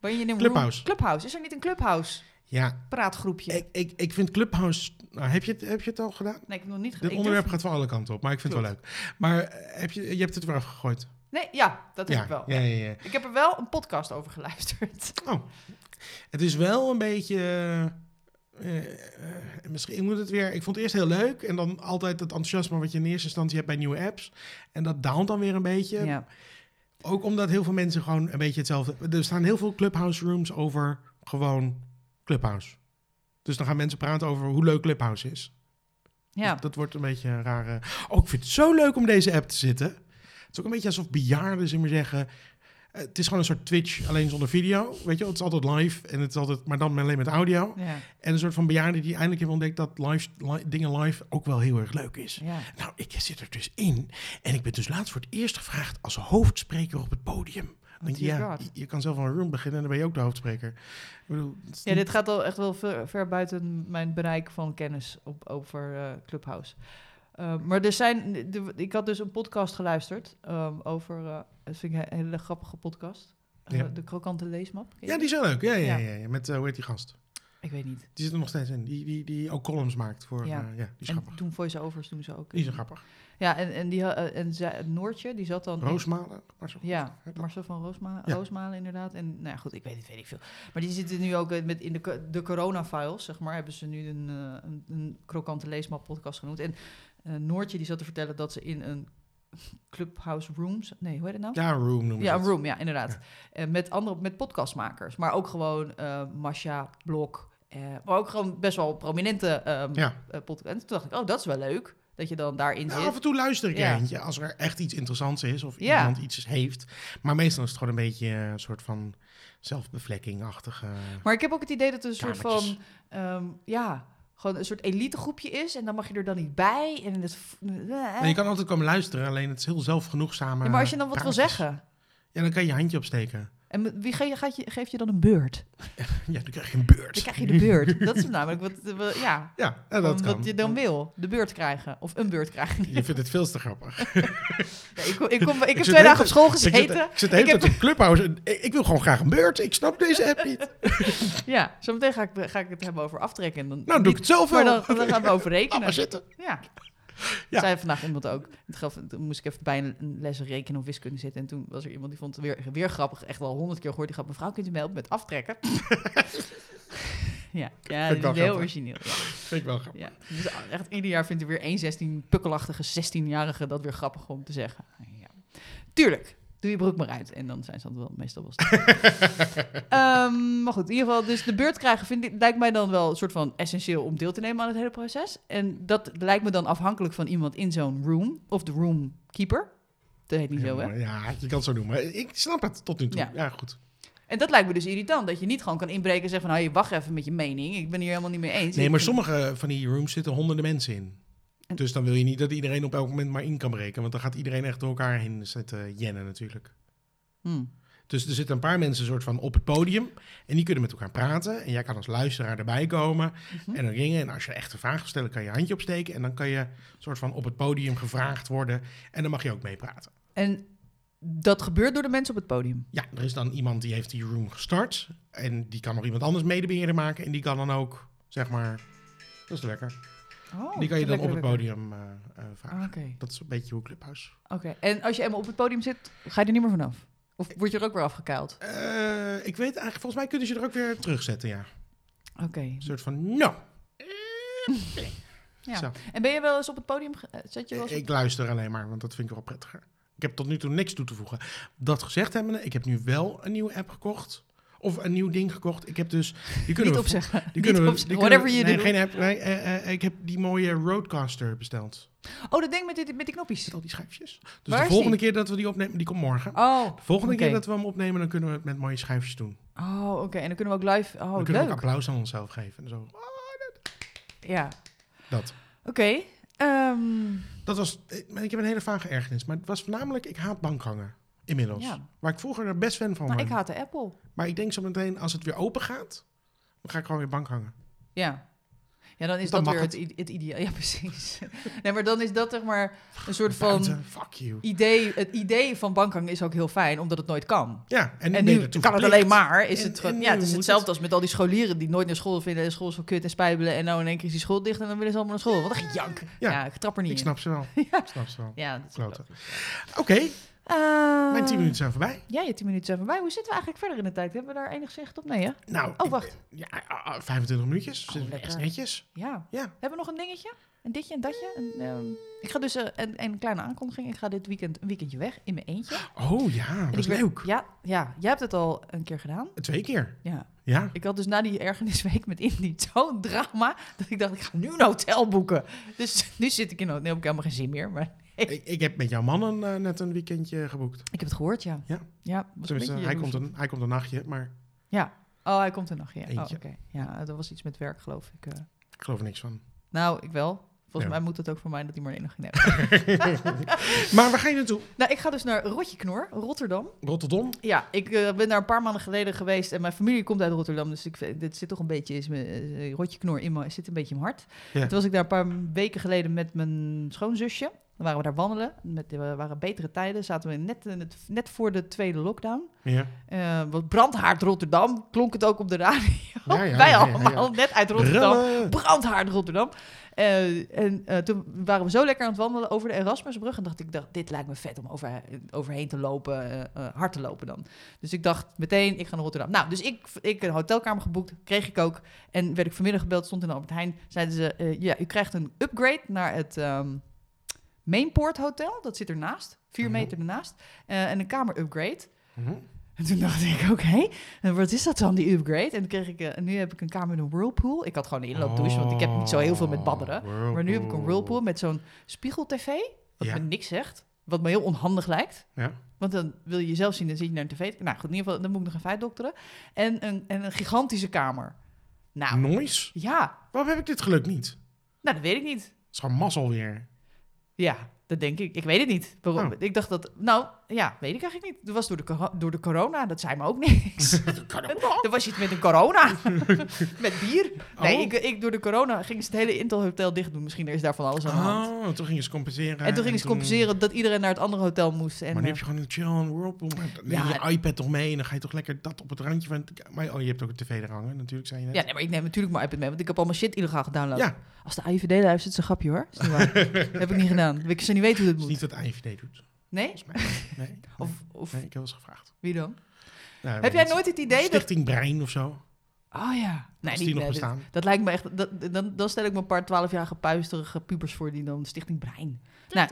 Speaker 1: Waarin je in een room-
Speaker 2: Clubhouse.
Speaker 1: Clubhouse. Is er niet een Clubhouse
Speaker 2: Ja,
Speaker 1: praatgroepje?
Speaker 2: ik, ik, ik vind Clubhouse... Nou, heb, je het, heb je het al gedaan?
Speaker 1: nee, ik heb nog niet
Speaker 2: Dit
Speaker 1: ik
Speaker 2: onderwerp
Speaker 1: durf-
Speaker 2: gaat van alle kanten op, maar ik vind het wel leuk. Maar eh, heb je, je hebt het weer afgegooid.
Speaker 1: Nee, ja, dat heb
Speaker 2: ja,
Speaker 1: ik wel.
Speaker 2: Ja, ja, ja.
Speaker 1: Ik heb er wel een podcast over geluisterd.
Speaker 2: Het is wel een beetje... eh, eh, misschien ik moet het weer... Ik vond het eerst heel leuk en dan altijd het enthousiasme wat je in eerste instantie hebt bij nieuwe apps. En dat daalt dan weer een beetje.
Speaker 1: Ja.
Speaker 2: Ook omdat heel veel mensen gewoon een beetje hetzelfde. Er staan heel veel clubhouse rooms over gewoon clubhouse. Dus dan gaan mensen praten over hoe leuk clubhouse is.
Speaker 1: ja.
Speaker 2: Dus dat wordt een beetje een rare. Oh, ik vind het zo leuk om deze app te zitten. Het is ook een beetje alsof bejaarden ze maar zeggen. eh, Het is gewoon een soort Twitch, alleen zonder video. Weet je, wel? het is altijd live en het is altijd, maar dan alleen met audio.
Speaker 1: Ja.
Speaker 2: En een soort van bejaarde die eindelijk heeft ontdekt dat live, li- dingen live ook wel heel erg leuk is.
Speaker 1: ja.
Speaker 2: Nou, ik zit er dus in. En ik ben dus laatst voor het eerst gevraagd als hoofdspreker op het podium. Dan denk je,
Speaker 1: dear
Speaker 2: ja,
Speaker 1: God.
Speaker 2: je kan zelf wel een room beginnen en dan ben je ook de hoofdspreker. Ik bedoel, het is
Speaker 1: Ja,
Speaker 2: niet-
Speaker 1: dit gaat al echt wel ver, ver buiten mijn bereik van kennis op, over eh, Clubhouse. Eh, maar er zijn, de- ik had dus een podcast geluisterd ehm, over, eh, dat vind ik een hele grappige podcast, Eh,
Speaker 2: Ja.
Speaker 1: de krokante leesmap. ken je
Speaker 2: ja, die is wel leuk. Ja,
Speaker 1: Ja.
Speaker 2: ja, ja. ja, Met, eh, hoe heet die gast?
Speaker 1: Ik weet niet.
Speaker 2: Die zit er nog steeds in. Die, die, die ook columns maakt voor, ja,
Speaker 1: Ja.
Speaker 2: ja die is
Speaker 1: En
Speaker 2: grappig.
Speaker 1: toen voice-overs doen ze ook.
Speaker 2: Die is wel grappig.
Speaker 1: Ja, en, en, die, ha- eh, en zij- Noortje, die zat dan... in-
Speaker 2: Roosmalen. maar zo.
Speaker 1: Ja, Marcel van Roosma,
Speaker 2: Ja.
Speaker 1: Roosmalen inderdaad. En nou ja, goed, ik weet het, weet ik veel. Maar die zitten nu ook eh, met in de, co- de corona-files, zeg maar. Hebben ze nu een, eh, een, een krokante leesmap-podcast genoemd. En eh, Noortje, die zat te vertellen dat ze in een clubhouse rooms... Nee, hoe heet het nou?
Speaker 2: Ja, room noemen ze
Speaker 1: Ja, een
Speaker 2: het.
Speaker 1: room, ja, inderdaad.
Speaker 2: Ja.
Speaker 1: Eh, met andere, met podcastmakers. Maar ook gewoon eh Masha, Blok. eh, maar ook gewoon best wel prominente ehm
Speaker 2: Ja.
Speaker 1: eh, podcast. En toen dacht ik, oh, dat is wel leuk. Dat je dan daarin
Speaker 2: Nou,
Speaker 1: zit.
Speaker 2: af en toe luister ik
Speaker 1: Ja.
Speaker 2: eentje als er echt iets interessants is of
Speaker 1: Ja.
Speaker 2: iemand iets heeft. Maar meestal is het gewoon een beetje eh, een soort van zelfbevlekking-achtige...
Speaker 1: Maar ik heb ook het idee dat er een soort
Speaker 2: Kamertjes.
Speaker 1: van, ehm, ja, gewoon een soort elite groepje is. En dan mag je er dan niet bij. En het, eh,
Speaker 2: Nou, je kan altijd komen luisteren, alleen het is heel zelfgenoegzame...
Speaker 1: Ja, maar als je dan wat wil
Speaker 2: praatjes.
Speaker 1: zeggen.
Speaker 2: Ja, dan kan je je handje opsteken.
Speaker 1: En met- wie ge- gaat je, geeft je dan een beurt?
Speaker 2: Ja, dan krijg je een beurt.
Speaker 1: Dan krijg je de beurt. Dat is namelijk wat, eh, wel- ja,
Speaker 2: Ja, ja, dat
Speaker 1: gewoon
Speaker 2: kan.
Speaker 1: wat je dan wil. De beurt krijgen. Of een beurt krijgen.
Speaker 2: Je vindt het veel te grappig. Ik,
Speaker 1: Ja, ik, kom- ik, kom, ik heb
Speaker 2: zit
Speaker 1: twee
Speaker 2: heel
Speaker 1: dagen op school
Speaker 2: zit,
Speaker 1: gezeten.
Speaker 2: ik zit de hele
Speaker 1: Ik heb-
Speaker 2: tijd op Clubhouse en ik, ik wil gewoon graag een beurt. Ik snap deze app niet.
Speaker 1: Ja, zometeen ga ik, ga ik het hebben over aftrekken. En dan,
Speaker 2: Nou, doe ik het zelf wel.
Speaker 1: maar dan, dan gaan we over
Speaker 2: Laat maar
Speaker 1: rekenen.
Speaker 2: zitten.
Speaker 1: Ja.
Speaker 2: Ja.
Speaker 1: Zei vandaag iemand ook. Het gaf, toen moest ik even bij een, een les rekenen of wiskunde zitten. En toen was er iemand die vond het weer, weer grappig. Echt wel honderd keer gehoord. Die gaat, mevrouw, kunt u mij helpen met aftrekken? ja, ja
Speaker 2: wel
Speaker 1: dat is heel
Speaker 2: grappig.
Speaker 1: origineel. Ja,
Speaker 2: Vind ik wel grappig.
Speaker 1: ja. Dus echt ieder jaar vindt er weer één 16 pukkelachtige 16-jarige dat weer grappig om te zeggen. Ja. Tuurlijk. Doe je broek maar uit. En dan zijn ze altijd wel, meestal wel stil. Ehm, maar goed, in ieder geval, dus de beurt krijgen vind ik, lijkt mij dan wel een soort van essentieel om deel te nemen aan het hele proces. En dat lijkt me dan afhankelijk van iemand in zo'n room, of de roomkeeper. Dat heet niet
Speaker 2: Ja,
Speaker 1: zo, hè?
Speaker 2: maar ja, je kan het zo noemen. Ik snap het tot nu toe. Ja,
Speaker 1: Ja.
Speaker 2: goed.
Speaker 1: En dat lijkt me dus irritant, dat je niet gewoon kan inbreken en zeggen van, hé, wacht even met je mening, ik ben hier helemaal niet mee eens.
Speaker 2: Nee,
Speaker 1: Ik
Speaker 2: maar
Speaker 1: vind-
Speaker 2: sommige van die rooms zitten honderden mensen in.
Speaker 1: En-
Speaker 2: Dus dan wil je niet dat iedereen op elk moment maar in kan breken. Want dan gaat iedereen echt door elkaar heen zitten jennen eh, natuurlijk.
Speaker 1: Hm.
Speaker 2: Dus er zitten een paar mensen soort van op het podium. En die kunnen met elkaar praten. En jij kan als luisteraar erbij komen.
Speaker 1: Mhm.
Speaker 2: En dan ringen. En als je echt een vraag wil stellen, kan je je handje opsteken. En dan kan je soort van op het podium gevraagd worden. En dan mag je ook meepraten.
Speaker 1: En dat gebeurt door de mensen op het podium.
Speaker 2: Ja, er is dan iemand die heeft die room gestart. En die kan nog iemand anders medebeheerder maken. En die kan dan ook, zeg maar, dat is lekker.
Speaker 1: Oh,
Speaker 2: die kan je dan op
Speaker 1: lekker,
Speaker 2: het
Speaker 1: lekker.
Speaker 2: podium eh, eh, vragen.
Speaker 1: Ah, Oké.
Speaker 2: Dat is een beetje hoe Clubhouse.
Speaker 1: Oké. En als je eenmaal op het podium zit, ga je er niet meer vanaf? Of word je er ook weer afgekuild?
Speaker 2: Eh, ik weet eigenlijk, volgens mij kunnen ze er ook weer terugzetten, ja.
Speaker 1: Oké.
Speaker 2: Een soort van, nou.
Speaker 1: Ja.
Speaker 2: Zo.
Speaker 1: En ben je wel eens op het podium? ge- eh, Zet je wel eens op-
Speaker 2: Ik luister alleen maar, want dat vind ik wel prettiger. Ik heb tot nu toe niks toe te voegen. Dat gezegd hebbende, ik heb nu wel een nieuwe app gekocht. Of een nieuw ding gekocht. Ik heb dus... Die kunnen
Speaker 1: niet
Speaker 2: we,
Speaker 1: opzeggen.
Speaker 2: die
Speaker 1: Niet
Speaker 2: kunnen we-
Speaker 1: opzeggen.
Speaker 2: die kunnen
Speaker 1: Whatever
Speaker 2: we-
Speaker 1: je
Speaker 2: nee,
Speaker 1: doet.
Speaker 2: geen app. Nee, eh, eh, ik heb die mooie Roadcaster besteld.
Speaker 1: Oh, dat ding met, dit, met die knopjes.
Speaker 2: Met al die schuifjes. Dus
Speaker 1: Waar is
Speaker 2: de volgende
Speaker 1: die?
Speaker 2: keer dat we die opnemen, die komt morgen.
Speaker 1: Oh,
Speaker 2: De volgende
Speaker 1: Oké.
Speaker 2: keer dat we hem opnemen, dan kunnen we het met mooie schuifjes doen.
Speaker 1: oh oké. En dan kunnen we ook live...
Speaker 2: dan
Speaker 1: Oh,
Speaker 2: kunnen we ook
Speaker 1: leuk.
Speaker 2: applaus aan onszelf geven. En zo.
Speaker 1: Ja.
Speaker 2: Dat.
Speaker 1: Oké. Ehm,
Speaker 2: Dat was, ik maar ik heb een hele vage ergernis, maar het was voornamelijk, ik haat bankhangen inmiddels.
Speaker 1: Ja.
Speaker 2: Waar ik vroeger er best fan van
Speaker 1: nou,
Speaker 2: was.
Speaker 1: ik haat de Apple.
Speaker 2: Maar ik denk zo meteen, als het weer open gaat, dan ga ik gewoon weer bankhangen.
Speaker 1: Ja. Ja, dan is
Speaker 2: Dan
Speaker 1: dat
Speaker 2: mag
Speaker 1: weer het, i- het ideaal. Ja, precies. nee, maar dan is dat zeg maar een soort van
Speaker 2: Buiten, fuck you.
Speaker 1: idee. Het idee van bankhangen is ook heel fijn, omdat het nooit kan.
Speaker 2: Ja, en,
Speaker 1: En
Speaker 2: ben je
Speaker 1: nu
Speaker 2: ertoe
Speaker 1: kan het
Speaker 2: verplicht.
Speaker 1: alleen maar. Is
Speaker 2: En-
Speaker 1: het gewoon,
Speaker 2: en
Speaker 1: ja,
Speaker 2: nu
Speaker 1: het is
Speaker 2: moet
Speaker 1: hetzelfde
Speaker 2: het.
Speaker 1: als met al die scholieren die nooit naar school vinden. En school is zo kut en spijbelen. En nou in één keer is die school dicht en dan willen ze allemaal naar school. Wat een gejank. Ja,
Speaker 2: Ja.
Speaker 1: ik trap er niet
Speaker 2: Ik
Speaker 1: in.
Speaker 2: snap ze wel. Ik snap ze wel.
Speaker 1: Ja, dat is
Speaker 2: Kloten.
Speaker 1: wel.
Speaker 2: Oké,
Speaker 1: Eh,
Speaker 2: mijn tien minuten zijn voorbij.
Speaker 1: Ja, je tien minuten zijn voorbij. Hoe zitten we eigenlijk verder in de tijd? Hebben we daar enig zicht op? Nee, hè?
Speaker 2: Nou,
Speaker 1: Oh,
Speaker 2: ik-
Speaker 1: wacht.
Speaker 2: Ja, ah, ah, 25 minuutjes.
Speaker 1: Oh,
Speaker 2: Zitten we echt
Speaker 1: lekker.
Speaker 2: netjes.
Speaker 1: Ja.
Speaker 2: Ja.
Speaker 1: Hebben we nog een dingetje? Een ditje, een datje? Een, ehm, ik ga dus eh, een, een kleine aankondiging. Ik ga dit weekend een weekendje weg in mijn eentje.
Speaker 2: Oh ja,
Speaker 1: En
Speaker 2: dat is
Speaker 1: ik ben-
Speaker 2: leuk.
Speaker 1: Ja, ja, jij hebt het al een keer gedaan.
Speaker 2: Twee keer.
Speaker 1: Ja.
Speaker 2: Ja.
Speaker 1: Ik had dus na die ergernisweek met Indy zo'n drama... dat ik dacht, ik ga nu een hotel boeken. Dus nu zit ik in een hotel. Nu heb ik helemaal geen zin meer. Maar
Speaker 2: Ik, ik heb met jouw man een, eh, net een weekendje geboekt.
Speaker 1: ik heb het gehoord, ja.
Speaker 2: Ja.
Speaker 1: ja was een
Speaker 2: Tenminste,
Speaker 1: beetje
Speaker 2: hij
Speaker 1: jaloers.
Speaker 2: komt, een, hij komt een nachtje, maar
Speaker 1: Oh, hij komt er nog, ja. Oh,
Speaker 2: Eentje.
Speaker 1: oké. Ja, dat was iets met werk, geloof ik. eh.
Speaker 2: ik geloof er niks van.
Speaker 1: Nou, ik wel. Volgens
Speaker 2: Ja.
Speaker 1: mij moet het ook voor mij dat hij maar één nog ging hebben.
Speaker 2: Maar waar ga je naartoe?
Speaker 1: nou, ik ga dus naar Rotjeknor, Rotterdam.
Speaker 2: Rotterdam?
Speaker 1: Ja, ik eh, ben daar een paar maanden geleden geweest en mijn familie komt uit Rotterdam, dus ik, vind- dit zit toch een beetje is mijn eh, rotje knor in me, zit een beetje in mijn hart.
Speaker 2: Ja.
Speaker 1: Toen was ik daar een paar weken geleden met mijn schoonzusje. Dan waren we daar wandelen, met, eh, waren betere tijden, zaten we net, in het, net voor de tweede lockdown.
Speaker 2: Ja.
Speaker 1: Eh, wat brandhaard Rotterdam klonk het ook op de radio.
Speaker 2: Ja, ja,
Speaker 1: Wij
Speaker 2: ja, ja,
Speaker 1: allemaal
Speaker 2: ja.
Speaker 1: net uit Rotterdam. brandhaard Rotterdam. Eh, en eh, toen waren we zo lekker aan het wandelen over de Erasmusbrug. En dacht ik, dacht, dit lijkt me vet om over, overheen te lopen, eh, eh, hard te lopen dan. Dus ik dacht meteen, ik ga naar Rotterdam. Nou, dus ik, ik een hotelkamer geboekt, kreeg ik ook. En werd ik vanmiddag gebeld, stond in de Albert Heijn. Zeiden ze, eh, ja, u krijgt een upgrade naar het ehm, Mainport Hotel. Dat zit ernaast, vier
Speaker 2: Mhm.
Speaker 1: meter ernaast. Eh, en een kamer upgrade.
Speaker 2: Mhm.
Speaker 1: En toen dacht ik, oké, en wat is dat dan, die upgrade? En toen kreeg ik, eh, nu heb ik een kamer in een whirlpool. Ik had gewoon een inloopdouche, want ik heb niet zo heel veel met badderen.
Speaker 2: Oh,
Speaker 1: Maar nu heb ik een whirlpool met zo'n spiegel-tv, wat
Speaker 2: Ja.
Speaker 1: me niks zegt. Wat me heel onhandig lijkt.
Speaker 2: Ja.
Speaker 1: Want dan wil je jezelf zien, dan zit je naar een tv. Nou goed, in ieder geval, dan moet ik nog even uitdokteren. En een, en een gigantische kamer.
Speaker 2: Mm.
Speaker 1: Nou,
Speaker 2: Noise?
Speaker 1: ja,
Speaker 2: Waarom heb ik dit geluk niet? Het
Speaker 1: nou, dat weet ik niet.
Speaker 2: is gewoon mazzel weer.
Speaker 1: Ja, dat denk ik. Ik weet het niet. Waarom?
Speaker 2: Oh.
Speaker 1: Ik dacht dat, nou, ja, weet ik eigenlijk niet. Dat was door de, coro- door de corona, dat zei me ook niks.
Speaker 2: Dat kan ook wel.
Speaker 1: Dan was je het met een corona. met bier. Nee,
Speaker 2: Oh.
Speaker 1: ik, ik, door de corona ging ze het hele Intel Hotel dicht doen. Misschien is daar van alles aan de hand.
Speaker 2: Oh, toen gingen ze compenseren.
Speaker 1: en toen gingen ze compenseren dat iedereen naar het andere hotel moest. En,
Speaker 2: Maar nu heb
Speaker 1: eh,
Speaker 2: je gewoon een chill een whirlpool. Maar dan neem je
Speaker 1: Ja.
Speaker 2: je iPad toch mee en dan ga je toch lekker dat op het randje van... Maar, oh, je hebt ook een tv er hangen natuurlijk, zei je net.
Speaker 1: ja, nee, maar ik neem natuurlijk mijn iPad mee, want ik heb allemaal shit illegaal gedownload.
Speaker 2: Ja.
Speaker 1: Als de AIVD luistert, is een grapje hoor. Is niet waar. heb ik niet gedaan. Ik ze niet weten hoe
Speaker 2: Dat
Speaker 1: dat
Speaker 2: is niet
Speaker 1: moet.
Speaker 2: wat IVD doet,
Speaker 1: Nee?
Speaker 2: volgens mij. Nee,
Speaker 1: Of,
Speaker 2: nee,
Speaker 1: of
Speaker 2: nee, ik heb wel eens gevraagd.
Speaker 1: wie dan?
Speaker 2: Nou,
Speaker 1: Heb
Speaker 2: weet
Speaker 1: jij
Speaker 2: niet.
Speaker 1: nooit het idee dat...
Speaker 2: Stichting Brein of zo?
Speaker 1: Oh ja. Nee, niet,
Speaker 2: Als die nog
Speaker 1: nee, dat,
Speaker 2: bestaan.
Speaker 1: dat lijkt me echt... Dat, dan, dan stel ik me een paar twaalfjarige puisterige pubers voor die dan Stichting Brein. Nou,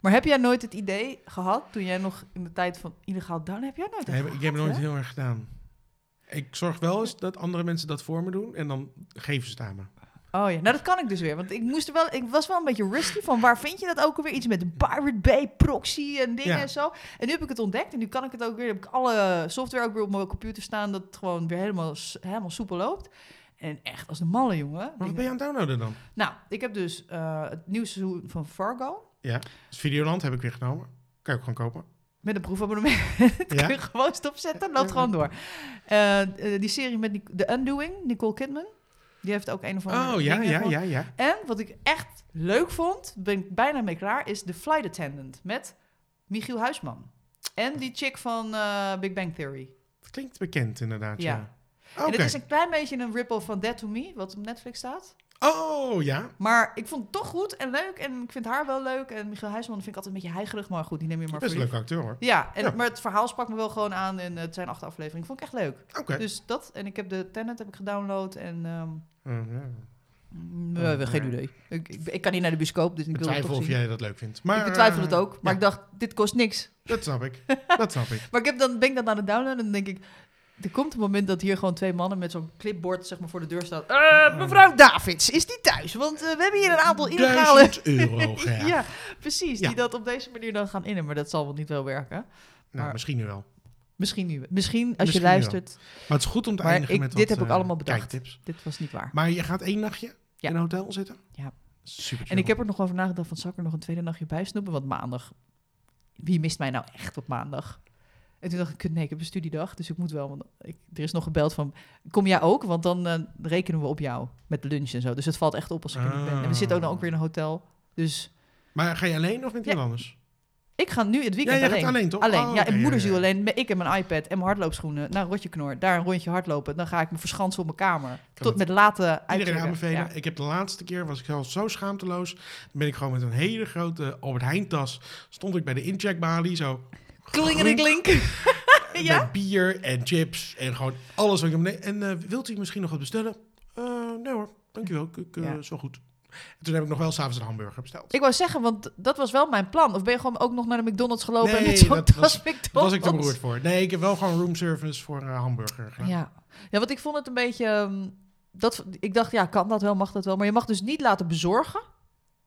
Speaker 1: maar heb jij nooit het idee gehad, toen jij nog in de tijd van illegaal down... Heb jij nooit dat
Speaker 2: Nee, ik heb
Speaker 1: gehad,
Speaker 2: het nooit
Speaker 1: hè?
Speaker 2: heel erg gedaan. Ik zorg wel eens dat andere mensen dat voor me doen en dan geven ze het aan me.
Speaker 1: Oh ja, nou dat kan ik dus weer. Want ik moest er wel, ik was wel een beetje risky van waar vind je dat ook alweer? Iets met een Pirate Bay proxy en dingen
Speaker 2: Ja.
Speaker 1: en zo. En nu heb ik het ontdekt en nu kan ik het ook weer. Heb ik alle software ook weer op mijn computer staan dat het gewoon weer helemaal, s- helemaal soepel loopt. En echt als de malle jongen.
Speaker 2: Maar wat
Speaker 1: Dingen-
Speaker 2: ben je aan het downloaden dan?
Speaker 1: Nou, ik heb dus eh, het nieuwe seizoen van Fargo.
Speaker 2: Dus Videoland heb ik weer genomen. Kan je ook gewoon kopen.
Speaker 1: Met een proefabonnement kun
Speaker 2: Ja?
Speaker 1: je gewoon stopzetten. Loopt
Speaker 2: Ja.
Speaker 1: gewoon door. Eh, eh, die serie met Nic- The Undoing, Nicole Kidman. Die heeft ook een of andere
Speaker 2: Oh ja,
Speaker 1: dingen
Speaker 2: ja,
Speaker 1: van.
Speaker 2: ja, ja.
Speaker 1: En wat ik echt leuk vond, ben ik bijna mee klaar, is The Flight Attendant met Michiel Huisman. En die chick van eh, Big Bang Theory.
Speaker 2: Dat klinkt bekend inderdaad. Ja.
Speaker 1: Ja.
Speaker 2: Oké.
Speaker 1: En het is een klein beetje een ripple van Dead to Me, wat op Netflix staat.
Speaker 2: Oh ja.
Speaker 1: Maar ik vond het toch goed en leuk. En ik vind haar wel leuk. En Michiel Huisman vind ik altijd een beetje heigerig, maar goed, die neem je maar
Speaker 2: Best een
Speaker 1: voor
Speaker 2: leuke acteur hoor.
Speaker 1: lief. Ja, en,
Speaker 2: Ja.
Speaker 1: maar het verhaal sprak me wel gewoon aan. En het zijn acht afleveringen. Vond ik echt leuk.
Speaker 2: Oké.
Speaker 1: Dus dat. En ik heb de Tenet heb ik gedownload. En ehm,
Speaker 2: Mm, ja.
Speaker 1: Oh, we hebben geen idee. Ik, ik, ik kan niet naar de bioscoop, dus ik
Speaker 2: Ik
Speaker 1: wil het
Speaker 2: twijfel
Speaker 1: toch
Speaker 2: of
Speaker 1: zien.
Speaker 2: jij dat leuk vindt. Maar,
Speaker 1: ik betwijfel
Speaker 2: eh,
Speaker 1: het ook. Maar
Speaker 2: ja,
Speaker 1: ik dacht, dit kost niks.
Speaker 2: Dat snap ik. dat snap ik.
Speaker 1: Maar ik heb dan, ben ik dat aan het downloaden en dan denk ik... Er komt een moment dat hier gewoon twee mannen met zo'n clipboard zeg maar, voor de deur staan. Eh, mevrouw Davids, is die thuis? Want eh, we hebben hier een aantal illegale...
Speaker 2: 1000 euro graag.
Speaker 1: Ja, precies.
Speaker 2: Ja.
Speaker 1: Die dat op deze manier dan gaan innen. Maar dat zal wel niet wel werken.
Speaker 2: Nou,
Speaker 1: maar-
Speaker 2: misschien nu wel.
Speaker 1: Misschien nu. Misschien als je
Speaker 2: Misschien wel.
Speaker 1: luistert.
Speaker 2: Maar het is goed om te
Speaker 1: Maar
Speaker 2: eindigen
Speaker 1: ik-
Speaker 2: met
Speaker 1: dit
Speaker 2: wat,
Speaker 1: heb ik
Speaker 2: eh,
Speaker 1: allemaal bedacht.
Speaker 2: kijktips.
Speaker 1: Dit was niet waar.
Speaker 2: Maar je gaat één nachtje
Speaker 1: Ja.
Speaker 2: in een hotel zitten?
Speaker 1: Ja.
Speaker 2: Super
Speaker 1: en ik heb er nog over nagedacht van, zal ik er nog een tweede nachtje bij snoepen? Want maandag, wie mist mij nou echt op maandag? En toen dacht ik, nee, ik heb een studiedag, dus ik moet wel. Want ik, er is nog gebeld van, kom jij ook? Want dan eh, rekenen we op jou met lunch en zo. Dus het valt echt op als ik er niet ben. En we zitten
Speaker 2: Ah.
Speaker 1: ook dan ook weer in een hotel. Dus
Speaker 2: Maar ga je alleen of met
Speaker 1: Ja.
Speaker 2: iemand anders?
Speaker 1: ik ga nu het
Speaker 2: Ja,
Speaker 1: weekend
Speaker 2: jij
Speaker 1: alleen.
Speaker 2: gaat alleen toch?
Speaker 1: Alleen,
Speaker 2: Oh,
Speaker 1: ja,
Speaker 2: oké,
Speaker 1: en moeder ziel
Speaker 2: ja.
Speaker 1: alleen. Met ik en mijn iPad en mijn hardloopschoenen naar Rotjeknoor. Daar een rondje hardlopen. Dan ga ik me verschansen op mijn kamer. Tot
Speaker 2: het
Speaker 1: met late
Speaker 2: Iedereen
Speaker 1: uittrekken.
Speaker 2: aanbevelen.
Speaker 1: Ja.
Speaker 2: Ik heb de laatste keer, was ik zelf zo schaamteloos. Dan ben ik gewoon met een hele grote Albert Heijn tas. Stond ik bij de incheckbalie zo.
Speaker 1: Klingelinglink. Ja?
Speaker 2: Met bier en chips en gewoon alles wat ik heb. En eh, wilt u misschien nog wat bestellen? Eh, nee hoor, dankjewel. Ik, ik, eh,
Speaker 1: Ja.
Speaker 2: Is wel goed. En toen heb ik nog wel s'avonds een hamburger besteld.
Speaker 1: Ik wou zeggen, want dat was wel mijn plan. Of ben je gewoon ook nog naar de McDonald's gelopen en
Speaker 2: Nee,
Speaker 1: met zo'n
Speaker 2: dat
Speaker 1: tas
Speaker 2: was-
Speaker 1: McDonald's?
Speaker 2: Daar was ik te beroerd voor. Nee, ik heb wel gewoon room service voor eh, hamburger gedaan.
Speaker 1: Ja. ja, want ik vond het een beetje... ehm, dat, ik dacht, ja, kan dat wel, mag dat wel. Maar je mag dus niet laten bezorgen.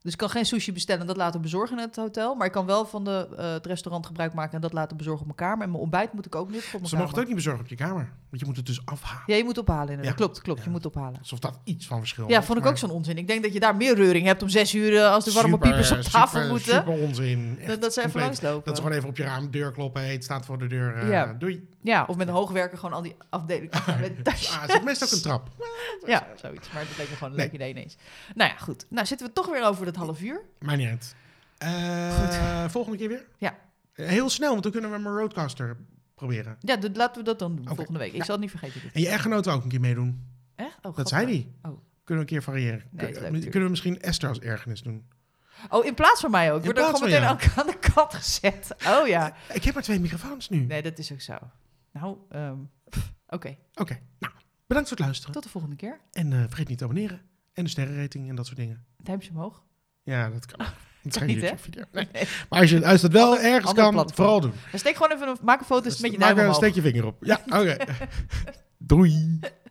Speaker 1: Dus ik kan geen sushi bestellen en dat laten bezorgen in het hotel. Maar ik kan wel van de, eh, het restaurant gebruik maken en dat laten bezorgen op mijn kamer. En mijn ontbijt moet ik ook niet voor mijn
Speaker 2: Ze
Speaker 1: kamer.
Speaker 2: mogen het ook niet bezorgen op je kamer. Want je moet het dus afhalen.
Speaker 1: Ja, je moet ophalen inderdaad.
Speaker 2: Ja.
Speaker 1: Klopt, klopt. Je
Speaker 2: Ja.
Speaker 1: moet ophalen.
Speaker 2: Alsof dat iets van verschil
Speaker 1: Ja,
Speaker 2: maakt,
Speaker 1: vond ik
Speaker 2: maar
Speaker 1: ook zo'n onzin. Ik denk dat je daar meer reuring hebt om zes uur eh, als de warme
Speaker 2: super,
Speaker 1: piepers op
Speaker 2: super,
Speaker 1: tafel moeten.
Speaker 2: Super onzin. Echt
Speaker 1: dat, dat ze even
Speaker 2: compleet.
Speaker 1: langslopen.
Speaker 2: Dat ze gewoon even op je raam deur kloppen. Hey, het staat voor de deur. eh,
Speaker 1: Ja.
Speaker 2: Doei.
Speaker 1: Ja, of met een hoogwerker gewoon al die afdelingen. afgaan met tasjes.
Speaker 2: Ah, het is meestal ook een trap.
Speaker 1: Ja, zoiets. Maar dat leek me gewoon een leuk idee ineens. Nou ja, goed. Nou zitten we toch weer over dat half uur.
Speaker 2: Maar niet uit. Eh, volgende keer weer? Eh,
Speaker 1: Ja.
Speaker 2: Heel snel, want dan kunnen we mijn Roadcaster proberen.
Speaker 1: Ja, dat- laten we dat dan doen
Speaker 2: Oké.
Speaker 1: volgende week. Ik
Speaker 2: Ja.
Speaker 1: zal het niet vergeten. Dit.
Speaker 2: En je echtgenoot wou ook een keer meedoen.
Speaker 1: Echt? Oh,
Speaker 2: Dat
Speaker 1: grappig.
Speaker 2: zei hij.
Speaker 1: Oh.
Speaker 2: Kunnen we een keer variëren.
Speaker 1: is
Speaker 2: Kun-
Speaker 1: leuk,
Speaker 2: eh,
Speaker 1: tuurlijk.
Speaker 2: kunnen we misschien Esther als ergernis doen?
Speaker 1: Oh, in plaats van mij ook. Ik
Speaker 2: In
Speaker 1: word er
Speaker 2: plaats
Speaker 1: gewoon
Speaker 2: van
Speaker 1: meteen aan- aan de kat gezet. Oh ja.
Speaker 2: Ik heb maar twee microfoons nu.
Speaker 1: Nee, dat is ook zo. Nou, ehm, pff, oké.
Speaker 2: Oké, nou, bedankt voor het luisteren.
Speaker 1: Tot de volgende keer.
Speaker 2: En eh, vergeet niet te abonneren. En de sterrenrating en dat soort dingen.
Speaker 1: Duimpje omhoog.
Speaker 2: Ja, dat kan ook. Het is geen
Speaker 1: Oh, niet, hè?
Speaker 2: YouTube-video. Nee.
Speaker 1: Nee.
Speaker 2: Maar als je, als dat wel ergens
Speaker 1: ander
Speaker 2: kan,
Speaker 1: platform.
Speaker 2: vooral doen.
Speaker 1: Maar steek gewoon even een... Maak een foto dus met je
Speaker 2: Maak
Speaker 1: duim
Speaker 2: er-
Speaker 1: omhoog.
Speaker 2: steek je vinger op. Ja, oké. Doei.